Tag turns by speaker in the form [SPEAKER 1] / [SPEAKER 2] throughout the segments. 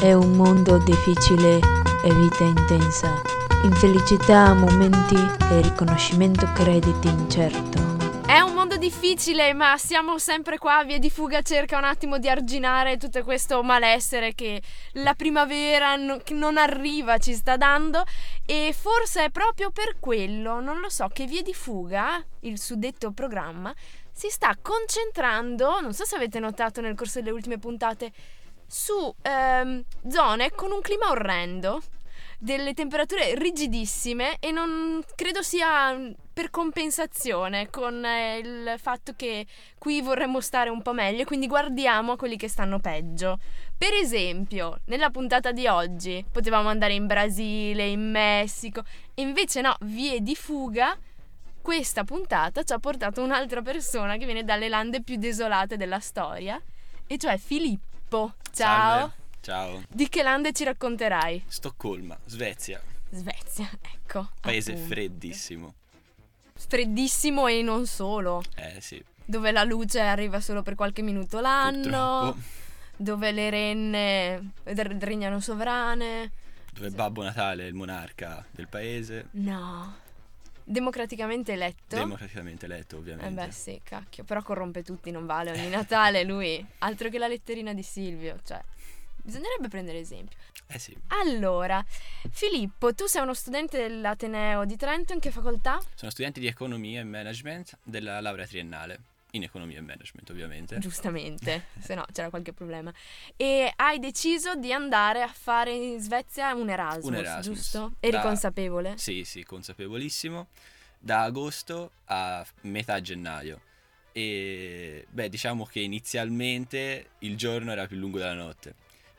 [SPEAKER 1] È un mondo difficile e vita intensa. Infelicità a momenti e riconoscimento crediti incerto.
[SPEAKER 2] È un mondo difficile, ma siamo sempre qua. Via di fuga cerca un attimo di arginare tutto questo malessere che la primavera no- che non arriva ci sta dando. E forse è proprio per quello, non lo so, che Via di fuga, il suddetto programma, si sta concentrando, non so se avete notato nel corso delle ultime puntate, su ehm, zone con un clima orrendo delle temperature rigidissime e non credo sia mm, per compensazione con eh, il fatto che qui vorremmo stare un po' meglio e quindi guardiamo a quelli che stanno peggio. Per esempio, nella puntata di oggi potevamo andare in Brasile, in Messico e invece no, vie di fuga. Questa puntata ci ha portato un'altra persona che viene dalle lande più desolate della storia, e cioè Filippo. Ciao.
[SPEAKER 3] Salve. Ciao.
[SPEAKER 2] Di che lande ci racconterai?
[SPEAKER 3] Stoccolma, Svezia,
[SPEAKER 2] Svezia, ecco.
[SPEAKER 3] paese
[SPEAKER 2] appunto.
[SPEAKER 3] freddissimo.
[SPEAKER 2] Freddissimo e non solo,
[SPEAKER 3] Eh sì,
[SPEAKER 2] dove la luce arriva solo per qualche minuto l'anno,
[SPEAKER 3] purtroppo.
[SPEAKER 2] dove le renne r- regnano sovrane.
[SPEAKER 3] Dove Babbo Natale è il monarca del paese,
[SPEAKER 2] No. Democraticamente eletto.
[SPEAKER 3] democraticamente eletto
[SPEAKER 2] eh
[SPEAKER 3] ovviamente.
[SPEAKER 2] beh sì, cacchio, però corrompe tutti, non vale ogni Natale lui, altro che la letterina di Silvio, cioè bisognerebbe prendere esempio.
[SPEAKER 3] Eh sì,
[SPEAKER 2] Allora, Filippo, tu sei uno studente dell'Ateneo di Trento, in che facoltà?
[SPEAKER 3] sono studente di economia e management della laurea triennale, in economia e management ovviamente.
[SPEAKER 2] Giustamente, se no c'era qualche problema. E hai deciso di andare a fare in Svezia un Erasmus,
[SPEAKER 3] Un Erasmus,
[SPEAKER 2] giusto? Eri
[SPEAKER 3] da-
[SPEAKER 2] consapevole?
[SPEAKER 3] Sì, sì, consapevolissimo. Da agosto a metà gennaio. E beh, diciamo che inizialmente il giorno era più lungo della notte,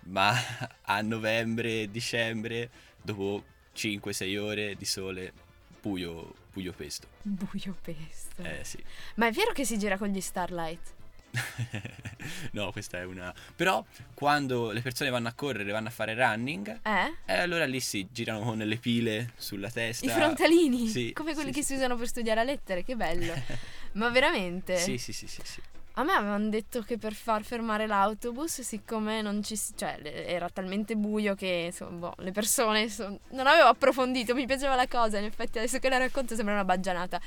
[SPEAKER 3] ma a novembre, dicembre, dopo 5-6 ore di sole, buio, buio pesto.
[SPEAKER 2] Buio pesto.
[SPEAKER 3] Eh sì.
[SPEAKER 2] Ma è vero che si gira con gli Starlight?
[SPEAKER 3] no, questa è una... Però quando le persone vanno a correre, vanno a fare running,
[SPEAKER 2] Eh?
[SPEAKER 3] e allora lì si girano con le pile sulla testa.
[SPEAKER 2] I frontalini,
[SPEAKER 3] Sì,
[SPEAKER 2] come quelli
[SPEAKER 3] sì,
[SPEAKER 2] che si
[SPEAKER 3] sì.
[SPEAKER 2] usano per studiare a lettere, che bello. Ma veramente?
[SPEAKER 3] Sì, sì, sì, sì, sì.
[SPEAKER 2] A me avevano detto che per far fermare l'autobus, siccome non ci si- cioè, le- era talmente buio che insomma, boh, le persone son- non avevo approfondito, mi piaceva la cosa, in effetti adesso che la racconto sembra una baggianata.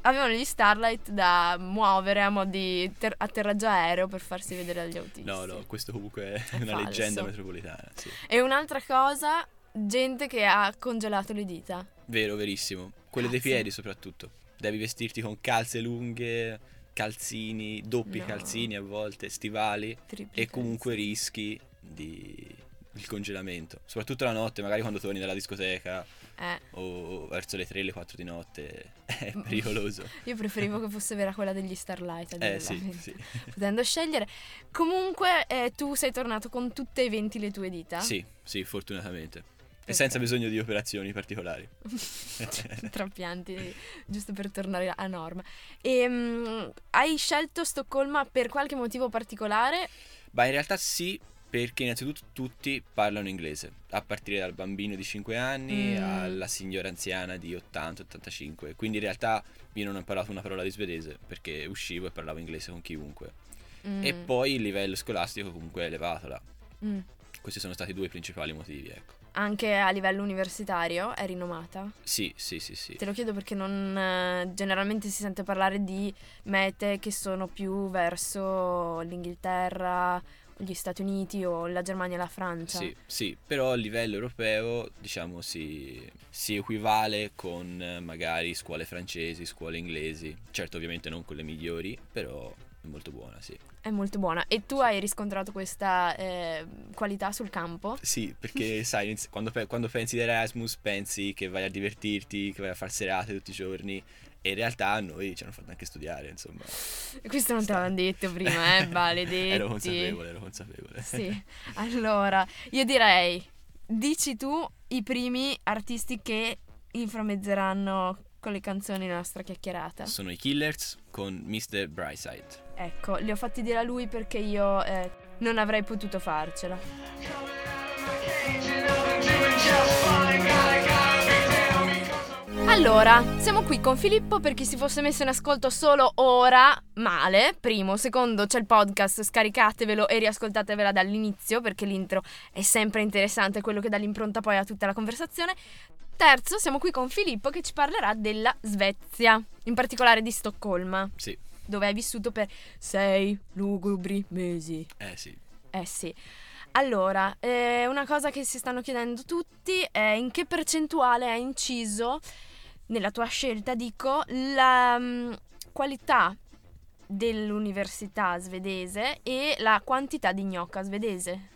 [SPEAKER 2] Avevano gli starlight da muovere a mo' di ter- atterraggio aereo per farsi vedere agli autisti.
[SPEAKER 3] No, no, questo comunque è,
[SPEAKER 2] È
[SPEAKER 3] una
[SPEAKER 2] falso.
[SPEAKER 3] leggenda metropolitana. Sì.
[SPEAKER 2] E un'altra cosa, gente che ha congelato le dita.
[SPEAKER 3] Vero, verissimo. Quelle dei
[SPEAKER 2] Cazzo.
[SPEAKER 3] piedi soprattutto. Devi vestirti con calze lunghe, calzini, doppi
[SPEAKER 2] No.
[SPEAKER 3] calzini a volte, stivali
[SPEAKER 2] Tripli
[SPEAKER 3] e comunque rischi di il congelamento. Soprattutto la notte, magari quando torni dalla discoteca
[SPEAKER 2] Eh,
[SPEAKER 3] o verso le 3, le 4 di notte. È
[SPEAKER 2] Mm.
[SPEAKER 3] pericoloso.
[SPEAKER 2] io preferivo che fosse vera quella degli starlight. a dire
[SPEAKER 3] Eh
[SPEAKER 2] la
[SPEAKER 3] sì,
[SPEAKER 2] verità.
[SPEAKER 3] sì.
[SPEAKER 2] potendo scegliere. Comunque, eh, tu sei tornato con tutte e 20 le tue dita?
[SPEAKER 3] Sì, sì, fortunatamente. E
[SPEAKER 2] Perfetto.
[SPEAKER 3] senza bisogno di operazioni particolari.
[SPEAKER 2] Trapianti, giusto per tornare a norma. E, hai scelto Stoccolma per qualche motivo particolare?
[SPEAKER 3] Ma in realtà sì, perché innanzitutto tutti parlano inglese, a partire dal bambino di 5 anni
[SPEAKER 2] Mm.
[SPEAKER 3] alla signora anziana di 80-85. Quindi in realtà io non ho imparato una parola di svedese perché uscivo e parlavo inglese con chiunque.
[SPEAKER 2] Mm,
[SPEAKER 3] E poi il livello scolastico comunque è elevato là.
[SPEAKER 2] mm.
[SPEAKER 3] Questi sono stati i due principali motivi, ecco.
[SPEAKER 2] Anche a livello universitario è rinomata?
[SPEAKER 3] Sì, sì, sì, sì.
[SPEAKER 2] Te lo chiedo perché non, eh, generalmente si sente parlare di mete che sono più verso l'Inghilterra, gli Stati Uniti o la Germania e la Francia.
[SPEAKER 3] Sì, sì, però a livello europeo diciamo si, si equivale con eh, magari scuole francesi, scuole inglesi, certo ovviamente non con le migliori, però è molto buona, sì.
[SPEAKER 2] È molto buona. E tu hai riscontrato questa eh, qualità sul campo?
[SPEAKER 3] Sì, perché sai, iniz- quando, pe- quando pensi di Erasmus pensi che vai a divertirti, che vai a far serate tutti i giorni e in realtà a noi ci hanno fatto anche studiare, insomma.
[SPEAKER 2] Questo non te l'avevano detto prima, eh, maledetti.
[SPEAKER 3] ero consapevole, ero consapevole.
[SPEAKER 2] Sì. Allora, io direi, dici tu i primi artisti che inframezzeranno con le canzoni la nostra chiacchierata.
[SPEAKER 3] Sono i Killers con Mr. Brightside.
[SPEAKER 2] Ecco, li ho fatti dire a lui perché io eh, non avrei potuto farcela. Allora, siamo qui con Filippo per chi si fosse messo in ascolto solo ora, male, primo, secondo c'è il podcast, scaricatevelo e riascoltatevela dall'inizio perché l'intro è sempre interessante, è quello che dà l'impronta poi a tutta la conversazione. Terzo, siamo qui con Filippo che ci parlerà della Svezia, in particolare di Stoccolma,
[SPEAKER 3] Sì,
[SPEAKER 2] dove hai vissuto per sei lugubri mesi.
[SPEAKER 3] eh sì.
[SPEAKER 2] Eh sì. Allora, eh, una cosa che si stanno chiedendo tutti è in che percentuale ha inciso, nella tua scelta dico, la mm, qualità dell'università svedese e la quantità di gnocca svedese.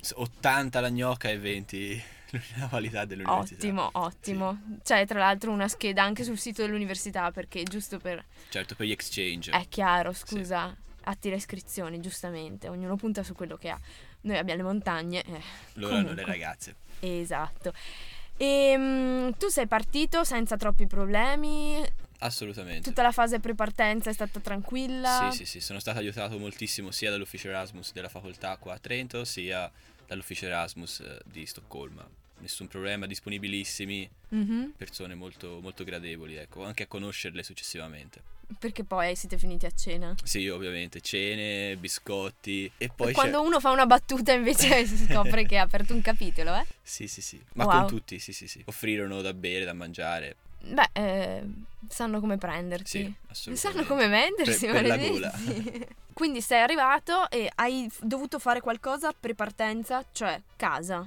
[SPEAKER 3] S- 80 la gnocca e 20 la qualità dell'università.
[SPEAKER 2] Ottimo, ottimo. C'è tra l'altro una scheda anche sul sito dell'università perché giusto per...
[SPEAKER 3] Certo, per gli exchange.
[SPEAKER 2] È chiaro, scusa, attira iscrizioni, giustamente, ognuno punta su quello che ha. Noi abbiamo le montagne. eh,
[SPEAKER 3] Loro hanno le
[SPEAKER 2] comunque.
[SPEAKER 3] ragazze.
[SPEAKER 2] Esatto. E mm, tu sei partito senza troppi problemi?
[SPEAKER 3] Assolutamente.
[SPEAKER 2] Tutta la fase pre-partenza è stata tranquilla?
[SPEAKER 3] Sì, sì, sì, sono stato aiutato moltissimo sia dall'ufficio Erasmus della facoltà qua a Trento, sia dall'ufficio Erasmus eh, di Stoccolma. Nessun problema, disponibilissimi,
[SPEAKER 2] Mhm.
[SPEAKER 3] persone molto, molto gradevoli, ecco, anche a conoscerle successivamente.
[SPEAKER 2] Perché poi siete finiti a cena?
[SPEAKER 3] Sì, ovviamente, cene, biscotti e poi... c'è-
[SPEAKER 2] Quando uno fa una battuta invece si scopre che ha aperto un capitolo, eh?
[SPEAKER 3] Sì, sì, sì, ma
[SPEAKER 2] Wow.
[SPEAKER 3] con tutti, sì, sì, sì. Offrirono da bere, da mangiare,
[SPEAKER 2] Beh, eh, sanno come prenderti.
[SPEAKER 3] sì, assolutamente.
[SPEAKER 2] Sanno come vendersi,
[SPEAKER 3] Cioè, Per- per la
[SPEAKER 2] maledetti. Quindi sei arrivato e hai f- dovuto fare qualcosa pre-partenza, cioè casa.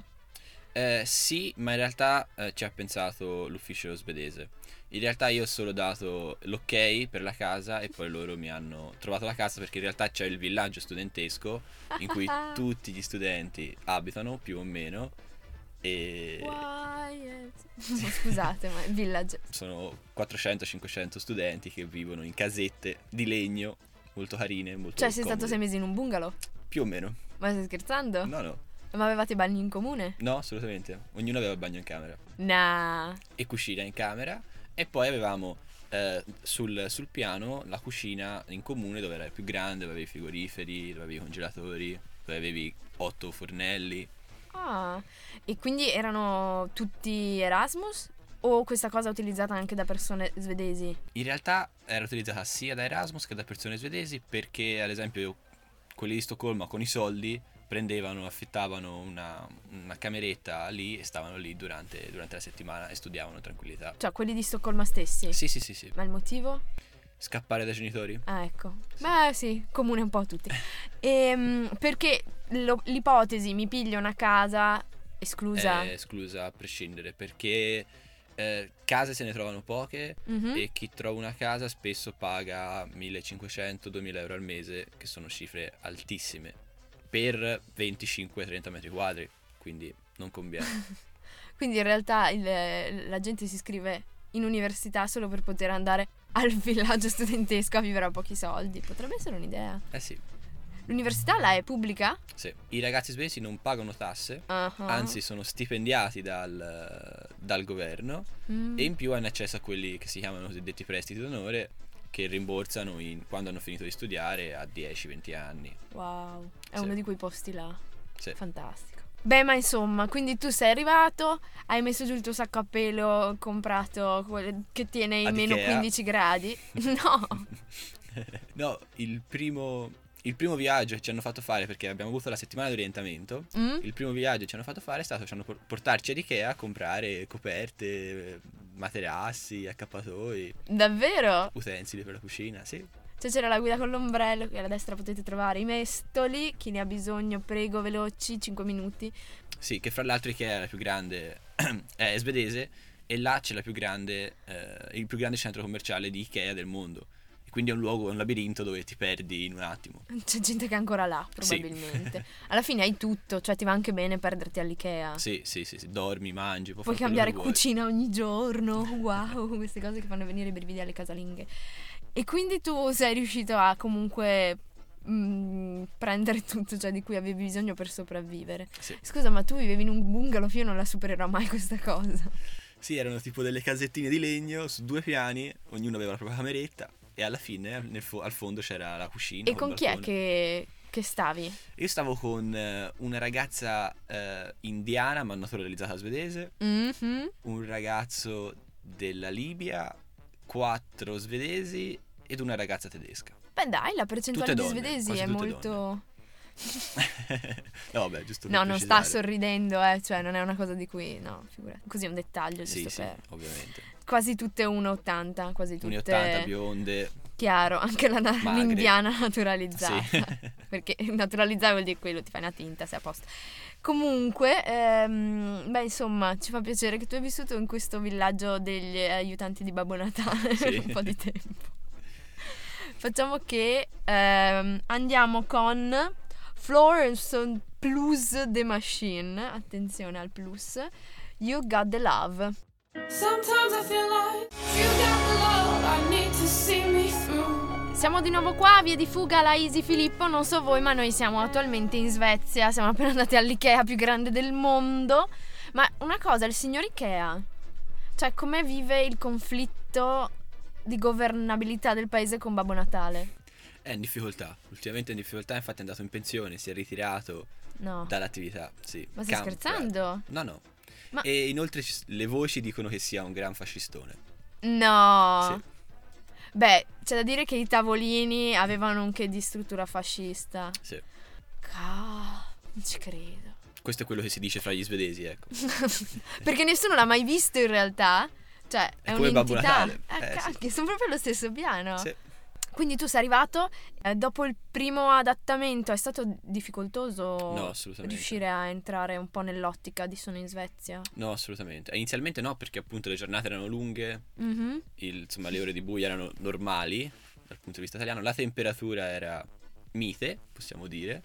[SPEAKER 3] Eh, sì, ma in realtà eh, ci ha pensato l'ufficio svedese. In realtà io ho solo dato l'ok per la casa e poi loro mi hanno trovato la casa perché in realtà c'è il villaggio studentesco in cui tutti gli studenti abitano più o meno e
[SPEAKER 2] Quiet. Scusate, ma il villaggio
[SPEAKER 3] sono 400-500 studenti che vivono in casette di legno molto carine, molto
[SPEAKER 2] Cioè, sei stato
[SPEAKER 3] comode.
[SPEAKER 2] sei mesi in un bungalow?
[SPEAKER 3] Più o meno.
[SPEAKER 2] Ma stai scherzando?
[SPEAKER 3] No, no,
[SPEAKER 2] Ma avevate bagni in comune?
[SPEAKER 3] no, assolutamente. Ognuno aveva il bagno in camera.
[SPEAKER 2] Nah.
[SPEAKER 3] e cucina in camera e poi avevamo eh, sul, sul piano la cucina in comune dove era più grande, dove avevi i frigoriferi, dove avevi i congelatori, dove avevi otto fornelli.
[SPEAKER 2] Ah. E quindi erano tutti Erasmus? O questa cosa è utilizzata anche da persone svedesi?
[SPEAKER 3] In realtà era utilizzata sia da Erasmus che da persone svedesi perché ad esempio quelli di Stoccolma con i soldi prendevano, affittavano una, una cameretta lì e stavano lì durante, durante la settimana e studiavano in tranquillità.
[SPEAKER 2] Cioè, quelli di Stoccolma stessi?
[SPEAKER 3] Sì, sì, sì, sì.
[SPEAKER 2] Ma il motivo?
[SPEAKER 3] Scappare dai genitori?
[SPEAKER 2] Ah, ecco. Beh, sì, comune un po' a tutti. Ehm, perché lo- l'ipotesi mi piglio una casa esclusa.
[SPEAKER 3] è esclusa a prescindere perché eh, case se ne trovano poche
[SPEAKER 2] Mhm.
[SPEAKER 3] e chi trova una casa spesso paga 1500-2000 euro al mese che sono cifre altissime per 25-30 metri quadri quindi non conviene
[SPEAKER 2] Quindi in realtà il- la gente si iscrive in università solo per poter andare al villaggio studentesco a vivere a pochi soldi. Potrebbe essere un'idea.
[SPEAKER 3] eh sì,
[SPEAKER 2] L'università la è pubblica?
[SPEAKER 3] sì. i ragazzi svedesi non pagano tasse
[SPEAKER 2] Ah, ah.
[SPEAKER 3] anzi sono stipendiati dal, dal governo
[SPEAKER 2] Mm.
[SPEAKER 3] e in più hanno accesso a quelli che si chiamano cosiddetti prestiti d'onore che rimborsano in- quando hanno finito di studiare a 10-20 anni
[SPEAKER 2] Wow, è
[SPEAKER 3] Sì.
[SPEAKER 2] uno di quei posti là.
[SPEAKER 3] Sì.
[SPEAKER 2] Fantastico. Beh, ma insomma, quindi tu sei arrivato, hai messo giù il tuo sacco a pelo comprato quel- che tiene i
[SPEAKER 3] Ad
[SPEAKER 2] meno
[SPEAKER 3] Ikea.
[SPEAKER 2] 15 gradi. No,
[SPEAKER 3] No, il primo, il primo viaggio che ci hanno fatto fare, perché abbiamo avuto la settimana di orientamento,
[SPEAKER 2] Mm?
[SPEAKER 3] il primo viaggio che ci hanno fatto fare è stato ci hanno por- portarci ad Ikea a comprare coperte, eh, materassi, accappatoi,
[SPEAKER 2] davvero?
[SPEAKER 3] utensili per la cucina, sì.
[SPEAKER 2] Cioè c'era la guida con l'ombrello che alla destra potete trovare i mestoli, chi ne ha bisogno prego veloci, 5 minuti.
[SPEAKER 3] Sì, che fra l'altro Ikea è la più grande, è svedese, e là c'è la più grande, eh, il più grande centro commerciale di Ikea del mondo. E Quindi è un luogo, è un labirinto dove ti perdi in un attimo.
[SPEAKER 2] C'è gente che è ancora là
[SPEAKER 3] Sì.
[SPEAKER 2] probabilmente. Alla fine hai tutto, cioè ti va anche bene perderti all'Ikea.
[SPEAKER 3] Sì, sì, sì, sì, dormi, mangi, puoi
[SPEAKER 2] Puoi
[SPEAKER 3] fare quello
[SPEAKER 2] cambiare
[SPEAKER 3] che vuoi.
[SPEAKER 2] cucina ogni giorno, wow, queste cose che fanno venire i brividi alle casalinghe. E quindi tu sei riuscito a comunque mm, prendere tutto ciò di cui avevi bisogno per sopravvivere.
[SPEAKER 3] Sì.
[SPEAKER 2] Scusa, ma tu vivevi in un bungalow, io non la supererò mai questa cosa.
[SPEAKER 3] Sì, erano tipo delle casettine di legno su due piani, ognuno aveva la propria cameretta e alla fine nel fo- al fondo c'era la cucina.
[SPEAKER 2] e con
[SPEAKER 3] il
[SPEAKER 2] chi è
[SPEAKER 3] balcone.
[SPEAKER 2] che, che stavi?
[SPEAKER 3] Io stavo con eh, una ragazza eh, indiana, ma naturalizzata svedese,
[SPEAKER 2] Mhm.
[SPEAKER 3] un ragazzo della Libia, quattro svedesi ed una ragazza tedesca.
[SPEAKER 2] Beh dai, la percentuale
[SPEAKER 3] Tutte
[SPEAKER 2] di
[SPEAKER 3] donne,
[SPEAKER 2] svedesi
[SPEAKER 3] quasi
[SPEAKER 2] è
[SPEAKER 3] tutte
[SPEAKER 2] molto...
[SPEAKER 3] no, vabbè, giusto. per
[SPEAKER 2] No, non sta
[SPEAKER 3] precisare.
[SPEAKER 2] sorridendo, eh, cioè non è una cosa di cui... No, figurati. Così è un dettaglio, giusto
[SPEAKER 3] Sì, sì,
[SPEAKER 2] per...
[SPEAKER 3] ovviamente.
[SPEAKER 2] Quasi tutte 1,80, quasi tutte...
[SPEAKER 3] 1,80 bionde.
[SPEAKER 2] Chiaro, anche la na-
[SPEAKER 3] Magre.
[SPEAKER 2] l'indiana naturalizzata.
[SPEAKER 3] Sì.
[SPEAKER 2] Perché naturalizzare vuol dire quello, ti fai una tinta, sei a posto. Comunque, ehm, beh, insomma, ci fa piacere che tu hai vissuto in questo villaggio degli eh, aiutanti di Babbo Natale
[SPEAKER 3] Sì.
[SPEAKER 2] per un po' di tempo. Facciamo che ehm, andiamo con Florence Plus The Machine. Attenzione al plus. You Got the Love.
[SPEAKER 4] Sometimes I feel like you got the love I need to see me through.
[SPEAKER 2] Siamo di nuovo qua, via di fuga la Easy Filippo, non so voi ma noi siamo attualmente in Svezia, siamo appena andati all'Ikea più grande del mondo, ma una cosa, il signor Ikea, cioè come vive il conflitto di governabilità del paese con Babbo Natale?
[SPEAKER 3] È in difficoltà. Ultimamente è in difficoltà, infatti è andato in pensione, si è ritirato
[SPEAKER 2] No,
[SPEAKER 3] dall'attività. Sì.
[SPEAKER 2] ma stai
[SPEAKER 3] Camper.
[SPEAKER 2] scherzando?
[SPEAKER 3] No, no.
[SPEAKER 2] Ma-
[SPEAKER 3] E inoltre ci s- le voci dicono che sia un gran fascistone.
[SPEAKER 2] No,
[SPEAKER 3] Sì.
[SPEAKER 2] beh c'è da dire che i tavolini avevano anche di struttura fascista.
[SPEAKER 3] Sì.
[SPEAKER 2] Cavolo, non ci credo.
[SPEAKER 3] Questo è quello che si dice fra gli svedesi, ecco.
[SPEAKER 2] Perché nessuno l'ha mai visto in realtà. Cioè, è,
[SPEAKER 3] È come Babbo
[SPEAKER 2] un'entità.
[SPEAKER 3] Natale.
[SPEAKER 2] Eh,
[SPEAKER 3] Eh,
[SPEAKER 2] cacchio, sono proprio allo stesso piano.
[SPEAKER 3] Sì.
[SPEAKER 2] Quindi tu sei arrivato eh, dopo il primo adattamento, è stato difficoltoso
[SPEAKER 3] No, assolutamente.
[SPEAKER 2] riuscire a entrare un po' nell'ottica di sono in Svezia?
[SPEAKER 3] No, assolutamente. Eh, Inizialmente no, perché appunto le giornate erano lunghe,
[SPEAKER 2] Mhm.
[SPEAKER 3] il- insomma le ore di buio erano normali dal punto di vista italiano, la temperatura era mite, possiamo dire,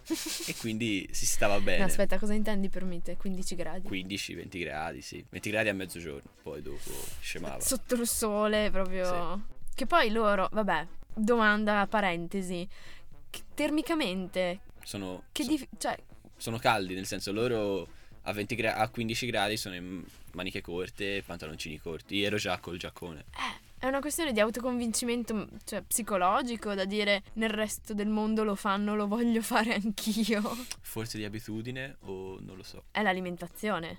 [SPEAKER 3] e quindi si stava
[SPEAKER 2] No,
[SPEAKER 3] bene.
[SPEAKER 2] aspetta, cosa intendi per mite? 15 gradi?
[SPEAKER 3] 15-20 gradi, sì. 20 gradi a mezzogiorno, poi dopo scemava.
[SPEAKER 2] Sotto il sole, proprio. Che poi loro, vabbè, domanda parentesi. che termicamente,
[SPEAKER 3] Sono,
[SPEAKER 2] che
[SPEAKER 3] so-
[SPEAKER 2] dif- cioè,
[SPEAKER 3] sono caldi, nel senso loro a, 20 gra- a 15 gradi sono in maniche corte, pantaloncini corti. Io ero già col giaccone.
[SPEAKER 2] È una questione di autoconvincimento mh, cioè, psicologico da dire nel resto del mondo lo fanno, lo voglio fare anch'io.
[SPEAKER 3] Forse di abitudine o non lo so.
[SPEAKER 2] È l'alimentazione.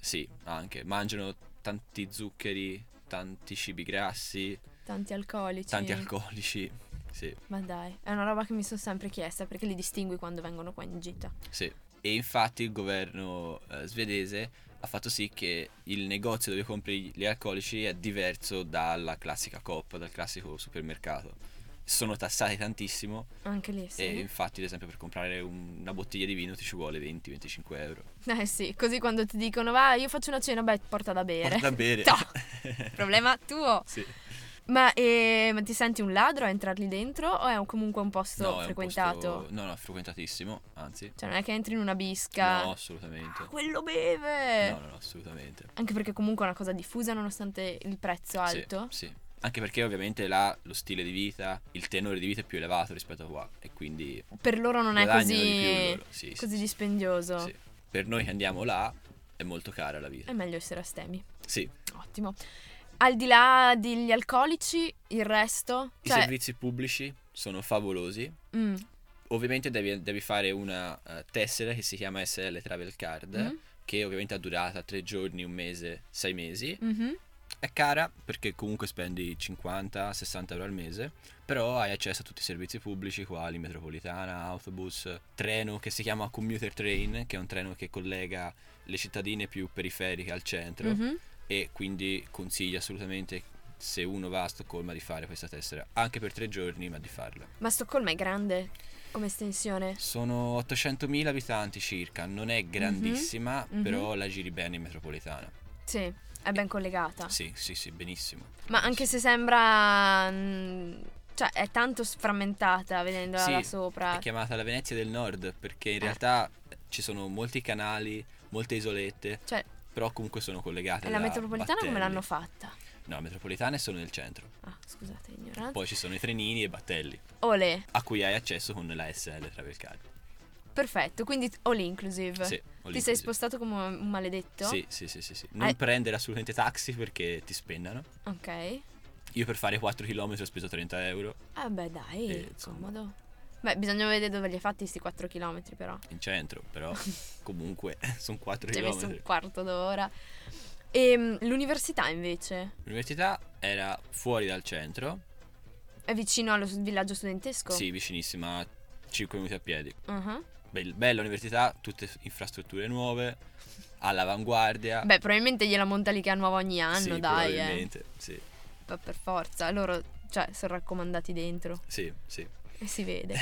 [SPEAKER 3] Sì, anche. Mangiano tanti zuccheri, tanti cibi grassi,
[SPEAKER 2] Tanti alcolici.
[SPEAKER 3] tanti alcolici. Sì,
[SPEAKER 2] Ma dai, è una roba che mi sono sempre chiesta perché li distingui quando vengono qua in gita.
[SPEAKER 3] sì. E infatti il governo eh, svedese ha fatto sì che il negozio dove compri gli alcolici è diverso dalla classica coppa, dal classico supermercato. Sono tassati tantissimo
[SPEAKER 2] Anche lì, sì.
[SPEAKER 3] e infatti ad esempio per comprare un- una bottiglia di vino ti ci vuole 20-25 euro.
[SPEAKER 2] Eh sì, così quando ti dicono va, io faccio una cena, beh, porta da bere.
[SPEAKER 3] Porta a bere.
[SPEAKER 2] Problema tuo.
[SPEAKER 3] Sì.
[SPEAKER 2] Ma, eh, ma ti senti un ladro a entrarli dentro o è un- comunque un posto
[SPEAKER 3] No, è un
[SPEAKER 2] frequentato?
[SPEAKER 3] posto- No, no, frequentatissimo, anzi.
[SPEAKER 2] Cioè non è che entri in una bisca.
[SPEAKER 3] No, assolutamente.
[SPEAKER 2] "Ah, quello beve.
[SPEAKER 3] No, no, no, assolutamente.
[SPEAKER 2] Anche perché comunque è una cosa diffusa nonostante il prezzo
[SPEAKER 3] Sì,
[SPEAKER 2] alto.
[SPEAKER 3] Sì, Anche perché ovviamente là lo stile di vita, il tenore di vita è più elevato rispetto a qua e quindi
[SPEAKER 2] Per loro non è
[SPEAKER 3] guadagnano
[SPEAKER 2] così,
[SPEAKER 3] di più loro. Sì, sì,
[SPEAKER 2] così
[SPEAKER 3] sì,
[SPEAKER 2] dispendioso.
[SPEAKER 3] sì. Per noi che andiamo là è molto cara la vita.
[SPEAKER 2] È meglio essere astemi.
[SPEAKER 3] Sì,
[SPEAKER 2] Ottimo. Al di là degli alcolici, il resto?
[SPEAKER 3] i
[SPEAKER 2] Cioè,
[SPEAKER 3] servizi pubblici sono favolosi.
[SPEAKER 2] mm,
[SPEAKER 3] Ovviamente devi, devi fare una eh, tessera che si chiama SL Travel Card,
[SPEAKER 2] mm,
[SPEAKER 3] che ovviamente ha durata tre giorni, un mese, sei mesi.
[SPEAKER 2] mhm.
[SPEAKER 3] È cara perché comunque spendi 50-60 euro al mese, però hai accesso a tutti i servizi pubblici quali metropolitana, autobus, treno che si chiama commuter train, che è un treno che collega le cittadine più periferiche al centro
[SPEAKER 2] Mhm.
[SPEAKER 3] e quindi consiglio assolutamente se uno va a Stoccolma di fare questa tessera, anche per tre giorni, ma di farla.
[SPEAKER 2] Ma Stoccolma è grande come estensione.
[SPEAKER 3] Sono 800.000 abitanti circa, non è grandissima,
[SPEAKER 2] mhm.
[SPEAKER 3] però la giri bene in metropolitana.
[SPEAKER 2] Sì, è ben collegata.
[SPEAKER 3] Sì, sì, sì, benissimo.
[SPEAKER 2] Ma anche se sembra... mm, cioè, è tanto sframmentata vedendola
[SPEAKER 3] Sì,
[SPEAKER 2] da sopra.
[SPEAKER 3] È chiamata la Venezia del Nord perché
[SPEAKER 2] Eh.
[SPEAKER 3] in realtà eh, ci sono molti canali, molte isolette,
[SPEAKER 2] Cioè,
[SPEAKER 3] però comunque sono collegate.
[SPEAKER 2] e la
[SPEAKER 3] da
[SPEAKER 2] metropolitana come
[SPEAKER 3] battelli.
[SPEAKER 2] l'hanno fatta?
[SPEAKER 3] No, le metropolitane sono nel centro.
[SPEAKER 2] Ah, scusate, ignoranza.
[SPEAKER 3] Poi ci sono i trenini e i battelli,
[SPEAKER 2] Ole,
[SPEAKER 3] a cui hai accesso con la SL Travel Card.
[SPEAKER 2] perfetto, quindi all inclusive.
[SPEAKER 3] Sì,
[SPEAKER 2] Ti sei spostato come un maledetto?
[SPEAKER 3] Sì, sì, sì, sì, sì. Non
[SPEAKER 2] Eh.
[SPEAKER 3] prendere assolutamente taxi perché ti spennano.
[SPEAKER 2] Ok.
[SPEAKER 3] Io per fare 4 km ho speso 30 euro
[SPEAKER 2] Ah beh dai,
[SPEAKER 3] Eh, insomma.
[SPEAKER 2] comodo. Beh, bisogna vedere dove li hai fatti sti 4 km però.
[SPEAKER 3] in centro, però comunque sono 4
[SPEAKER 2] Ci hai messo
[SPEAKER 3] km.
[SPEAKER 2] un quarto d'ora. E mm, l'università invece?
[SPEAKER 3] L'università era fuori dal centro,
[SPEAKER 2] È vicino allo s- villaggio studentesco?
[SPEAKER 3] sì, vicinissima, 5 minuti a piedi.
[SPEAKER 2] Mhm.
[SPEAKER 3] Bel- bella università, tutte infrastrutture nuove, all'avanguardia.
[SPEAKER 2] Beh, probabilmente gliela monta lì che è nuova ogni anno,
[SPEAKER 3] Ah. sì,
[SPEAKER 2] dai. Eh.
[SPEAKER 3] probabilmente, sì,
[SPEAKER 2] Ma per forza, loro cioè, sono raccomandati dentro
[SPEAKER 3] sì, sì.
[SPEAKER 2] e si vede.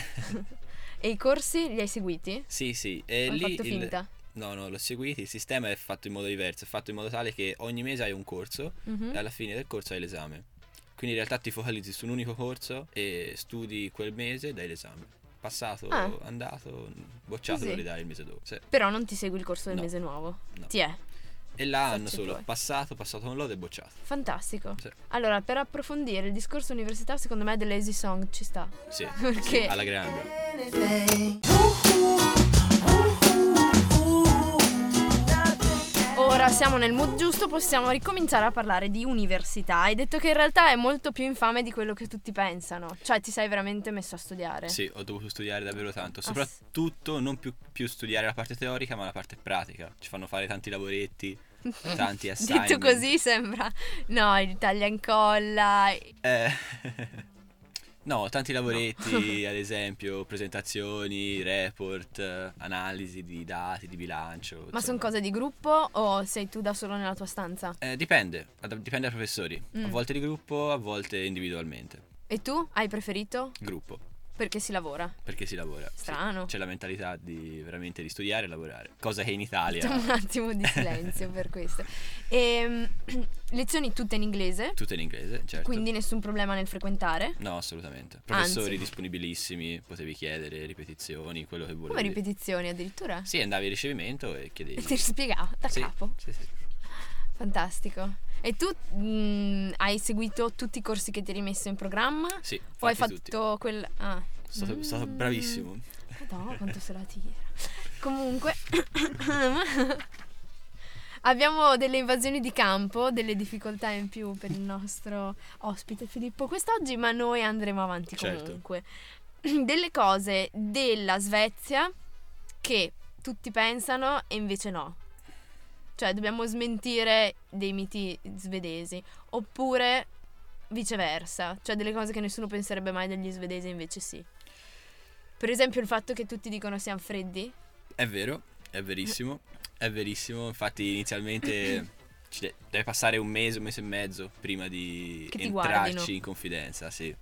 [SPEAKER 2] e i corsi li hai seguiti?
[SPEAKER 3] Sì, sì, e
[SPEAKER 2] Ho
[SPEAKER 3] lì
[SPEAKER 2] fatto
[SPEAKER 3] il-
[SPEAKER 2] finta.
[SPEAKER 3] No, no, l'ho seguito, il sistema è fatto in modo diverso, è fatto in modo tale che ogni mese hai un corso
[SPEAKER 2] Mhm.
[SPEAKER 3] e alla fine del corso hai l'esame. Quindi in realtà ti focalizzi su un unico corso e studi quel mese e dai l'esame. Passato,
[SPEAKER 2] Ah.
[SPEAKER 3] andato, bocciato,
[SPEAKER 2] Così.
[SPEAKER 3] lo ridai il mese dopo. Sì.
[SPEAKER 2] Però non ti segui il corso del
[SPEAKER 3] No.
[SPEAKER 2] mese nuovo.
[SPEAKER 3] No.
[SPEAKER 2] Ti è.
[SPEAKER 3] E là
[SPEAKER 2] Facci
[SPEAKER 3] hanno solo
[SPEAKER 2] tuoi.
[SPEAKER 3] passato, passato con lode e bocciato.
[SPEAKER 2] Fantastico.
[SPEAKER 3] Sì.
[SPEAKER 2] Allora, per approfondire il discorso università, secondo me delle Easy Song ci sta.
[SPEAKER 3] Sì,
[SPEAKER 2] Perché?
[SPEAKER 3] sì, alla grande.
[SPEAKER 2] Ora siamo nel mood giusto, possiamo ricominciare a parlare di università. Hai detto che in realtà è molto più infame di quello che tutti pensano. Cioè, ti sei veramente messo a studiare.
[SPEAKER 3] Sì, ho dovuto studiare davvero tanto.
[SPEAKER 2] Eh. Ah,
[SPEAKER 3] Soprattutto non più, più studiare la parte teorica, ma la parte pratica. Ci fanno fare tanti lavoretti, tanti assignment.
[SPEAKER 2] Detto così sembra. No, il taglia e incolla.
[SPEAKER 3] Eh, no, tanti lavoretti, ad esempio, presentazioni, report, eh, analisi di dati, di bilancio.
[SPEAKER 2] Ma
[SPEAKER 3] insomma.
[SPEAKER 2] sono cose di gruppo o sei tu da solo nella tua stanza?
[SPEAKER 3] Eh, dipende, ad- dipende dai professori.
[SPEAKER 2] Mm.
[SPEAKER 3] A volte di gruppo, a volte individualmente.
[SPEAKER 2] E tu hai preferito?
[SPEAKER 3] Gruppo,
[SPEAKER 2] Perché si lavora.
[SPEAKER 3] perché si lavora. sì.
[SPEAKER 2] Strano.
[SPEAKER 3] C'è la mentalità di veramente di studiare e lavorare, cosa che in Italia
[SPEAKER 2] Facciamo un attimo di silenzio per questo. Ehm, lezioni tutte in inglese,
[SPEAKER 3] tutto in inglese, certo.
[SPEAKER 2] quindi nessun problema nel frequentare.
[SPEAKER 3] No, assolutamente.
[SPEAKER 2] Anzi.
[SPEAKER 3] Professori disponibilissimi, potevi chiedere ripetizioni, quello che volevi.
[SPEAKER 2] Come ripetizioni addirittura?
[SPEAKER 3] Sì, andavi in ricevimento e chiedevi.
[SPEAKER 2] E ti spiegavo da
[SPEAKER 3] Sì,
[SPEAKER 2] capo.
[SPEAKER 3] sì, sì.
[SPEAKER 2] Fantastico. E tu mm, hai seguito tutti i corsi che ti eri messo in programma?
[SPEAKER 3] Sì,
[SPEAKER 2] O hai
[SPEAKER 3] fatti tutti.
[SPEAKER 2] fatto quel... Ah.
[SPEAKER 3] Stato,
[SPEAKER 2] Mm.
[SPEAKER 3] stato bravissimo.
[SPEAKER 2] Madonna, quanto se la tira. Comunque, abbiamo delle invasioni di campo, delle difficoltà in più per il nostro ospite Filippo quest'oggi, ma noi andremo avanti
[SPEAKER 3] Certo.
[SPEAKER 2] comunque. Delle cose della Svezia che tutti pensano e invece no. Cioè, dobbiamo smentire dei miti svedesi. Oppure viceversa, cioè delle cose che nessuno penserebbe mai degli svedesi invece sì. Per esempio il fatto che tutti dicono siamo freddi.
[SPEAKER 3] È vero, è verissimo. È verissimo. Infatti, inizialmente ci de- deve passare un mese, un mese e mezzo prima di
[SPEAKER 2] Che ti guardino.
[SPEAKER 3] entrarci in confidenza. Sì,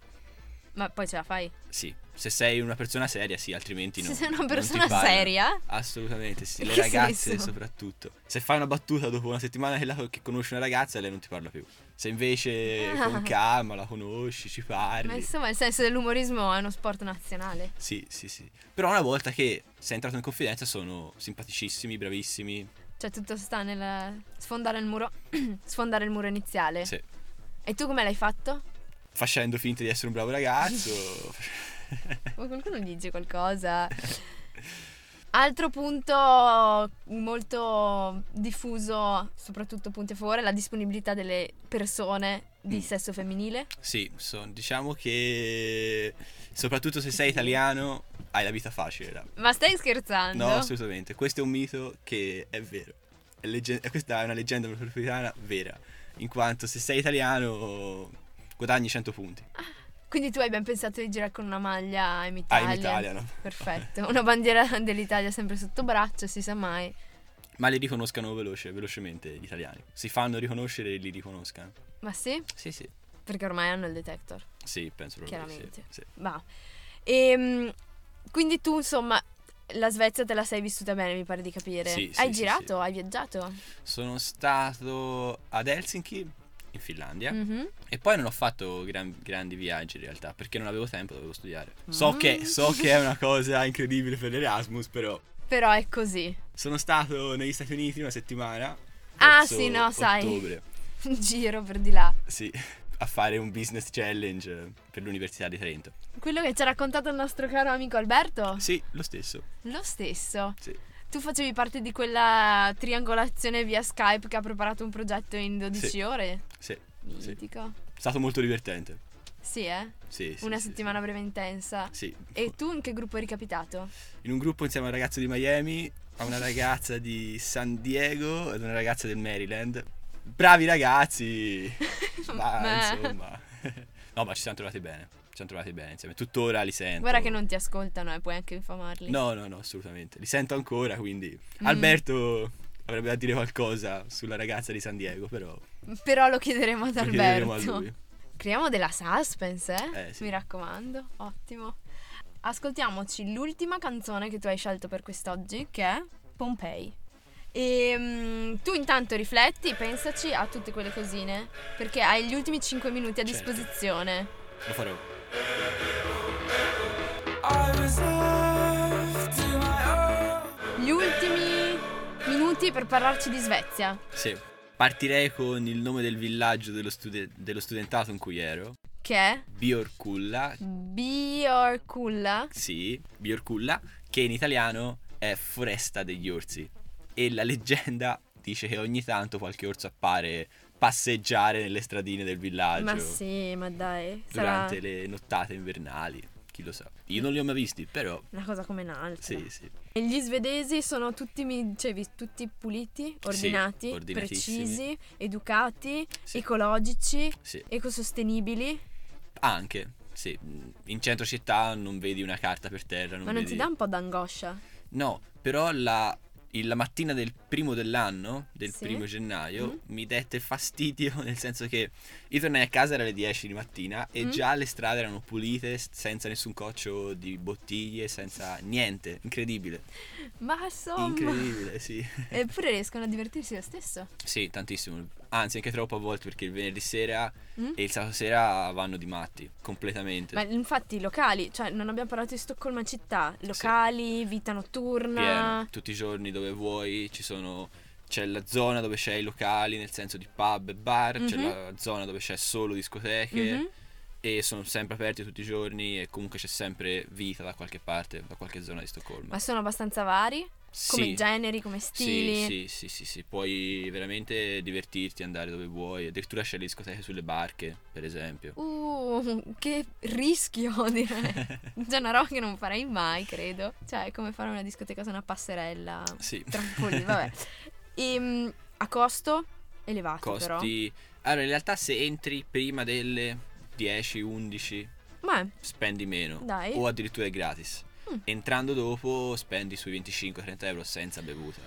[SPEAKER 2] Ma poi ce la fai.
[SPEAKER 3] sì. Se sei una persona seria, sì, altrimenti no.
[SPEAKER 2] Se sei una
[SPEAKER 3] non ti
[SPEAKER 2] persona
[SPEAKER 3] parlano.
[SPEAKER 2] seria,
[SPEAKER 3] Assolutamente, sì.
[SPEAKER 2] In
[SPEAKER 3] Le
[SPEAKER 2] che
[SPEAKER 3] ragazze
[SPEAKER 2] senso?
[SPEAKER 3] soprattutto. Se fai una battuta dopo una settimana che, la- che conosci una ragazza, lei non ti parla più. Se invece
[SPEAKER 2] Ah.
[SPEAKER 3] con calma la conosci, ci parli.
[SPEAKER 2] ma insomma il senso dell'umorismo è uno sport nazionale.
[SPEAKER 3] Sì, sì, sì. Però una volta che sei entrato in confidenza sono simpaticissimi, bravissimi.
[SPEAKER 2] Cioè tutto sta nel sfondare il muro, sfondare il muro iniziale.
[SPEAKER 3] Sì.
[SPEAKER 2] E tu come l'hai fatto?
[SPEAKER 3] Facendo finta di essere un bravo ragazzo.
[SPEAKER 2] Ma qualcuno dice qualcosa? Altro punto molto diffuso, soprattutto punti a favore, è la disponibilità delle persone di
[SPEAKER 3] Mm.
[SPEAKER 2] sesso femminile.
[SPEAKER 3] sì, son- diciamo che soprattutto se sei italiano hai la vita facile. là.
[SPEAKER 2] Ma stai scherzando?
[SPEAKER 3] No, assolutamente. Questo è un mito che è vero. È legge- questa è una leggenda metropolitana vera. In quanto se sei italiano guadagni 100 punti.
[SPEAKER 2] Quindi tu hai ben pensato di girare con una maglia in
[SPEAKER 3] Ah,
[SPEAKER 2] Italia.
[SPEAKER 3] in Italia no.
[SPEAKER 2] Perfetto, una bandiera dell'Italia sempre sotto braccio, si sa mai.
[SPEAKER 3] Ma li riconoscano veloce, velocemente gli italiani. Si fanno riconoscere e li riconoscano.
[SPEAKER 2] Ma sì,
[SPEAKER 3] Sì, sì.
[SPEAKER 2] perché ormai hanno il detector.
[SPEAKER 3] Sì, penso proprio di sì,
[SPEAKER 2] Chiaramente.
[SPEAKER 3] sì.
[SPEAKER 2] Va. Ehm, quindi tu, insomma, la Svezia te la sei vissuta bene, mi pare di capire.
[SPEAKER 3] Sì, sì,
[SPEAKER 2] hai
[SPEAKER 3] sì,
[SPEAKER 2] girato,
[SPEAKER 3] sì.
[SPEAKER 2] hai viaggiato.
[SPEAKER 3] Sono stato ad Helsinki, in Finlandia,
[SPEAKER 2] Mhm.
[SPEAKER 3] e poi non ho fatto gran- grandi viaggi in realtà, perché non avevo tempo, dovevo studiare. So,
[SPEAKER 2] Ah.
[SPEAKER 3] che, so che è una cosa incredibile per l'Erasmus, però
[SPEAKER 2] Però è così.
[SPEAKER 3] sono stato negli Stati Uniti una settimana.
[SPEAKER 2] Ah,
[SPEAKER 3] verso
[SPEAKER 2] sì, no, sai.
[SPEAKER 3] Ottobre,
[SPEAKER 2] Giro per di là.
[SPEAKER 3] sì, a fare un business challenge per l'Università di Trento.
[SPEAKER 2] Quello che ci ha raccontato il nostro caro amico Alberto?
[SPEAKER 3] Sì, lo stesso,
[SPEAKER 2] Lo stesso.
[SPEAKER 3] sì.
[SPEAKER 2] Tu facevi parte di quella triangolazione via Skype che ha preparato un progetto in 12
[SPEAKER 3] Sì.
[SPEAKER 2] ore?
[SPEAKER 3] Sì, sì. È
[SPEAKER 2] Mitico.
[SPEAKER 3] stato molto divertente.
[SPEAKER 2] Sì, eh?
[SPEAKER 3] Sì, sì,
[SPEAKER 2] Una
[SPEAKER 3] sì,
[SPEAKER 2] settimana breve intensa.
[SPEAKER 3] Sì. Sì.
[SPEAKER 2] E tu in che gruppo eri capitato?
[SPEAKER 3] in un gruppo insieme a un ragazzo di Miami, a una ragazza di San Diego ed una ragazza del Maryland. bravi ragazzi. Ma,
[SPEAKER 2] Ma-
[SPEAKER 3] insomma. No, ma ci siamo trovati bene. Ci siamo trovati bene insieme. Tuttora li sento.
[SPEAKER 2] Guarda che non ti ascoltano, eh, puoi anche infamarli.
[SPEAKER 3] Eh, No, no, no, assolutamente. Li sento ancora, quindi
[SPEAKER 2] Mm.
[SPEAKER 3] Alberto avrebbe da dire qualcosa sulla ragazza di San Diego, però lo
[SPEAKER 2] Però lo chiederemo ad
[SPEAKER 3] chiederemo a
[SPEAKER 2] Alberto.
[SPEAKER 3] lui.
[SPEAKER 2] Creiamo della suspense, eh?
[SPEAKER 3] Eh, sì.
[SPEAKER 2] Mi raccomando, ottimo. Ascoltiamoci l'ultima canzone che tu hai scelto per quest'oggi, che è Pompei. E mm, tu intanto rifletti, pensaci a tutte quelle cosine, perché hai gli ultimi 5 minuti a
[SPEAKER 3] Certo.
[SPEAKER 2] disposizione.
[SPEAKER 3] Lo farò.
[SPEAKER 4] I was left to my own.
[SPEAKER 2] Gli ultimi minuti per parlarci di Svezia,
[SPEAKER 3] Sì. Partirei con il nome del villaggio dello, stude- dello studentato in cui ero.
[SPEAKER 2] che è
[SPEAKER 3] Biorculla.
[SPEAKER 2] Biorculla.
[SPEAKER 3] Sì, Biorculla, che in italiano è foresta degli orsi. E la leggenda dice che ogni tanto qualche orso appare passeggiare nelle stradine del villaggio.
[SPEAKER 2] Ma sì, ma dai, sarà
[SPEAKER 3] durante le nottate invernali, chi lo sa. Io non li ho mai visti, però
[SPEAKER 2] una cosa come un'altra.
[SPEAKER 3] sì, sì.
[SPEAKER 2] E Gli svedesi sono tutti, mi dicevi, tutti puliti, ordinati,
[SPEAKER 3] ordinatissimi.
[SPEAKER 2] precisi, educati,
[SPEAKER 3] Sì.
[SPEAKER 2] ecologici,
[SPEAKER 3] sì.
[SPEAKER 2] ecosostenibili.
[SPEAKER 3] Anche, sì, in centro città non vedi una carta per terra, non
[SPEAKER 2] Ma non
[SPEAKER 3] vedi-
[SPEAKER 2] ti dà un po' d'angoscia?
[SPEAKER 3] No, però la il- la mattina del primo dell'anno, del
[SPEAKER 2] Sì.
[SPEAKER 3] primo gennaio,
[SPEAKER 2] Mm.
[SPEAKER 3] mi dette fastidio, nel senso che io tornai a casa era le 10 di mattina e
[SPEAKER 2] Mm.
[SPEAKER 3] già le strade erano pulite, s- senza nessun coccio di bottiglie, senza niente, incredibile,
[SPEAKER 2] Oh, Ma insomma...
[SPEAKER 3] incredibile, sì.
[SPEAKER 2] Eppure riescono a divertirsi lo stesso.
[SPEAKER 3] Sì, tantissimo. Anzi, anche troppo a volte perché il venerdì sera
[SPEAKER 2] Mm?
[SPEAKER 3] e il sabato sera vanno di matti, completamente.
[SPEAKER 2] Ma infatti i locali, cioè non abbiamo parlato di Stoccolma città, locali, vita notturna.
[SPEAKER 3] Pieno, tutti i giorni dove vuoi, ci sono c'è la zona dove c'è i locali, nel senso di pub e bar, c'è
[SPEAKER 2] Mhm.
[SPEAKER 3] la zona dove c'è solo discoteche
[SPEAKER 2] Mhm.
[SPEAKER 3] e sono sempre aperti tutti i giorni e comunque c'è sempre vita da qualche parte, da qualche zona di Stoccolma.
[SPEAKER 2] Ma sono abbastanza vari, come
[SPEAKER 3] sì.
[SPEAKER 2] generi, come stili.
[SPEAKER 3] Sì, sì, sì, sì, sì, puoi veramente divertirti, andare dove vuoi, addirittura c'è le discoteche sulle barche, per esempio.
[SPEAKER 2] Uh, che rischio direi. Già una roba che non farei mai, credo. Cioè, è come fare una discoteca su una passerella.
[SPEAKER 3] Sì.
[SPEAKER 2] Trampolino, vabbè. Ehm, a costo elevato, Ah, però.
[SPEAKER 3] costi. Allora, in realtà se entri prima delle 10, 11
[SPEAKER 2] Ma eh,
[SPEAKER 3] spendi meno
[SPEAKER 2] Dai.
[SPEAKER 3] o addirittura è gratis.
[SPEAKER 2] Mm.
[SPEAKER 3] Entrando dopo spendi sui 25-30 euro senza bevuta.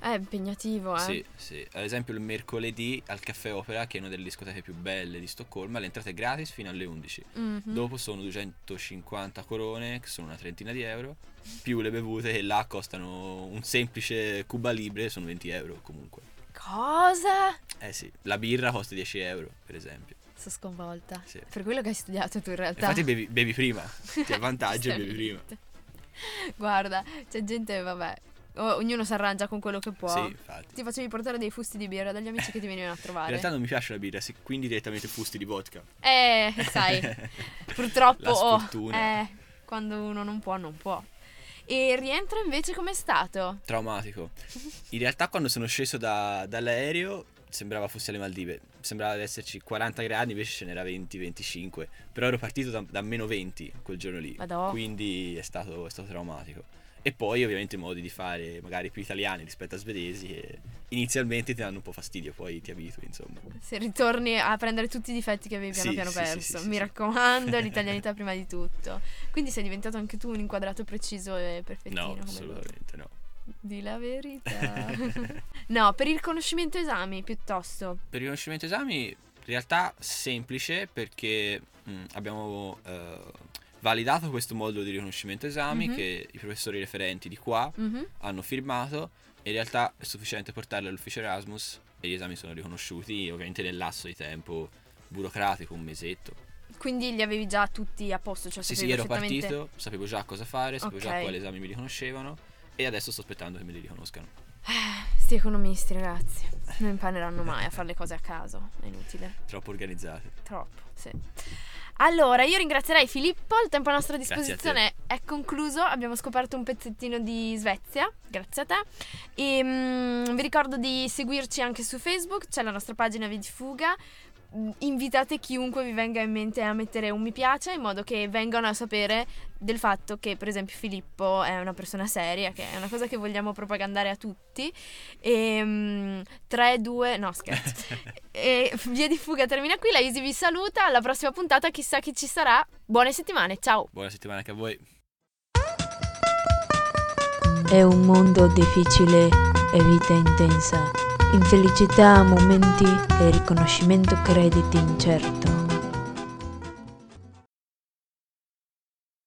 [SPEAKER 2] è impegnativo, eh.
[SPEAKER 3] Sì, sì. Ad esempio il mercoledì al Caffè Opera, che è una delle discoteche più belle di Stoccolma, l'entrata è gratis fino alle 11.
[SPEAKER 2] Mhm.
[SPEAKER 3] Dopo sono 250 corone, che sono una trentina di euro, più le bevute che là costano un semplice Cuba Libre, sono 20 euro comunque.
[SPEAKER 2] Cosa?
[SPEAKER 3] Eh sì, la birra costa 10 euro per esempio.
[SPEAKER 2] Sono sconvolta.
[SPEAKER 3] Sì.
[SPEAKER 2] Per quello che hai studiato tu in realtà.
[SPEAKER 3] Infatti bevi, bevi prima, ti avvantaggi e bevi prima.
[SPEAKER 2] Giustamente. Guarda, c'è gente, vabbè. o- ognuno si arrangia con quello che può.
[SPEAKER 3] Sì, infatti.
[SPEAKER 2] Ti facevi portare dei fusti di birra dagli amici che ti venivano a
[SPEAKER 3] In
[SPEAKER 2] trovare.
[SPEAKER 3] realtà non mi piace la birra, sì, quindi direttamente fusti di vodka.
[SPEAKER 2] Eh, sai, purtroppo
[SPEAKER 3] La
[SPEAKER 2] oh,
[SPEAKER 3] sfortuna.
[SPEAKER 2] eh, quando uno non può, non può. E il rientro invece com'è stato?
[SPEAKER 3] Traumatico. In realtà quando sono sceso da- dall'aereo sembrava fosse alle Maldive, sembrava di esserci 40 gradi, invece ce n'era 20-25, però ero partito da, da meno 20 quel giorno lì,
[SPEAKER 2] Madò.
[SPEAKER 3] quindi è stato, è stato traumatico. E poi ovviamente modi di fare magari più italiani rispetto a svedesi che inizialmente ti danno un po' fastidio, poi ti abitui insomma.
[SPEAKER 2] Se ritorni a prendere tutti i difetti che avevi piano
[SPEAKER 3] Sì,
[SPEAKER 2] piano
[SPEAKER 3] sì,
[SPEAKER 2] perso,
[SPEAKER 3] sì, sì, sì,
[SPEAKER 2] mi
[SPEAKER 3] sì.
[SPEAKER 2] raccomando, l'italianità prima di tutto. Quindi sei diventato anche tu un inquadrato preciso e perfettino.
[SPEAKER 3] No,
[SPEAKER 2] come loro.
[SPEAKER 3] assolutamente no.
[SPEAKER 2] Di la verità. no, per il riconoscimento esami piuttosto.
[SPEAKER 3] Per il riconoscimento esami, in realtà semplice perché mh, abbiamo eh, validato questo modulo di riconoscimento esami
[SPEAKER 2] Mhm.
[SPEAKER 3] che i professori referenti di qua
[SPEAKER 2] Mhm.
[SPEAKER 3] hanno firmato e in realtà è sufficiente portarlo all'ufficio Erasmus e gli esami sono riconosciuti ovviamente nel lasso di tempo burocratico, un mesetto.
[SPEAKER 2] Quindi li avevi già tutti a posto, cioè
[SPEAKER 3] Sì, sì,
[SPEAKER 2] sapevi
[SPEAKER 3] ero
[SPEAKER 2] perfettamente-
[SPEAKER 3] partito, sapevo già cosa fare, sapevo
[SPEAKER 2] Ok.
[SPEAKER 3] già quali esami mi riconoscevano e adesso sto aspettando che me li riconoscano.
[SPEAKER 2] Sti economisti, ragazzi, non impareranno mai a fare le cose a caso, è inutile.
[SPEAKER 3] Troppo organizzati.
[SPEAKER 2] Troppo, sì. Allora, io ringrazierei Filippo, il tempo a nostra
[SPEAKER 3] Grazie a te.
[SPEAKER 2] disposizione è concluso, abbiamo scoperto un pezzettino di Svezia, grazie a te. Ehm, E mm, vi ricordo di seguirci anche su Facebook, c'è la nostra pagina Via di Fuga. invitate chiunque vi venga in mente a mettere un mi piace in modo che vengano a sapere del fatto che per esempio Filippo è una persona seria, che è una cosa che vogliamo propagandare a tutti. Ehm, E 3, 2, no scherzo. e via di fuga termina qui, la Easy vi saluta, alla prossima puntata chissà chi ci sarà. Buone settimane, ciao!
[SPEAKER 3] Buona settimana anche a voi.
[SPEAKER 1] È un mondo difficile e vita intensa. Infelicità a momenti e riconoscimento crediti incerto.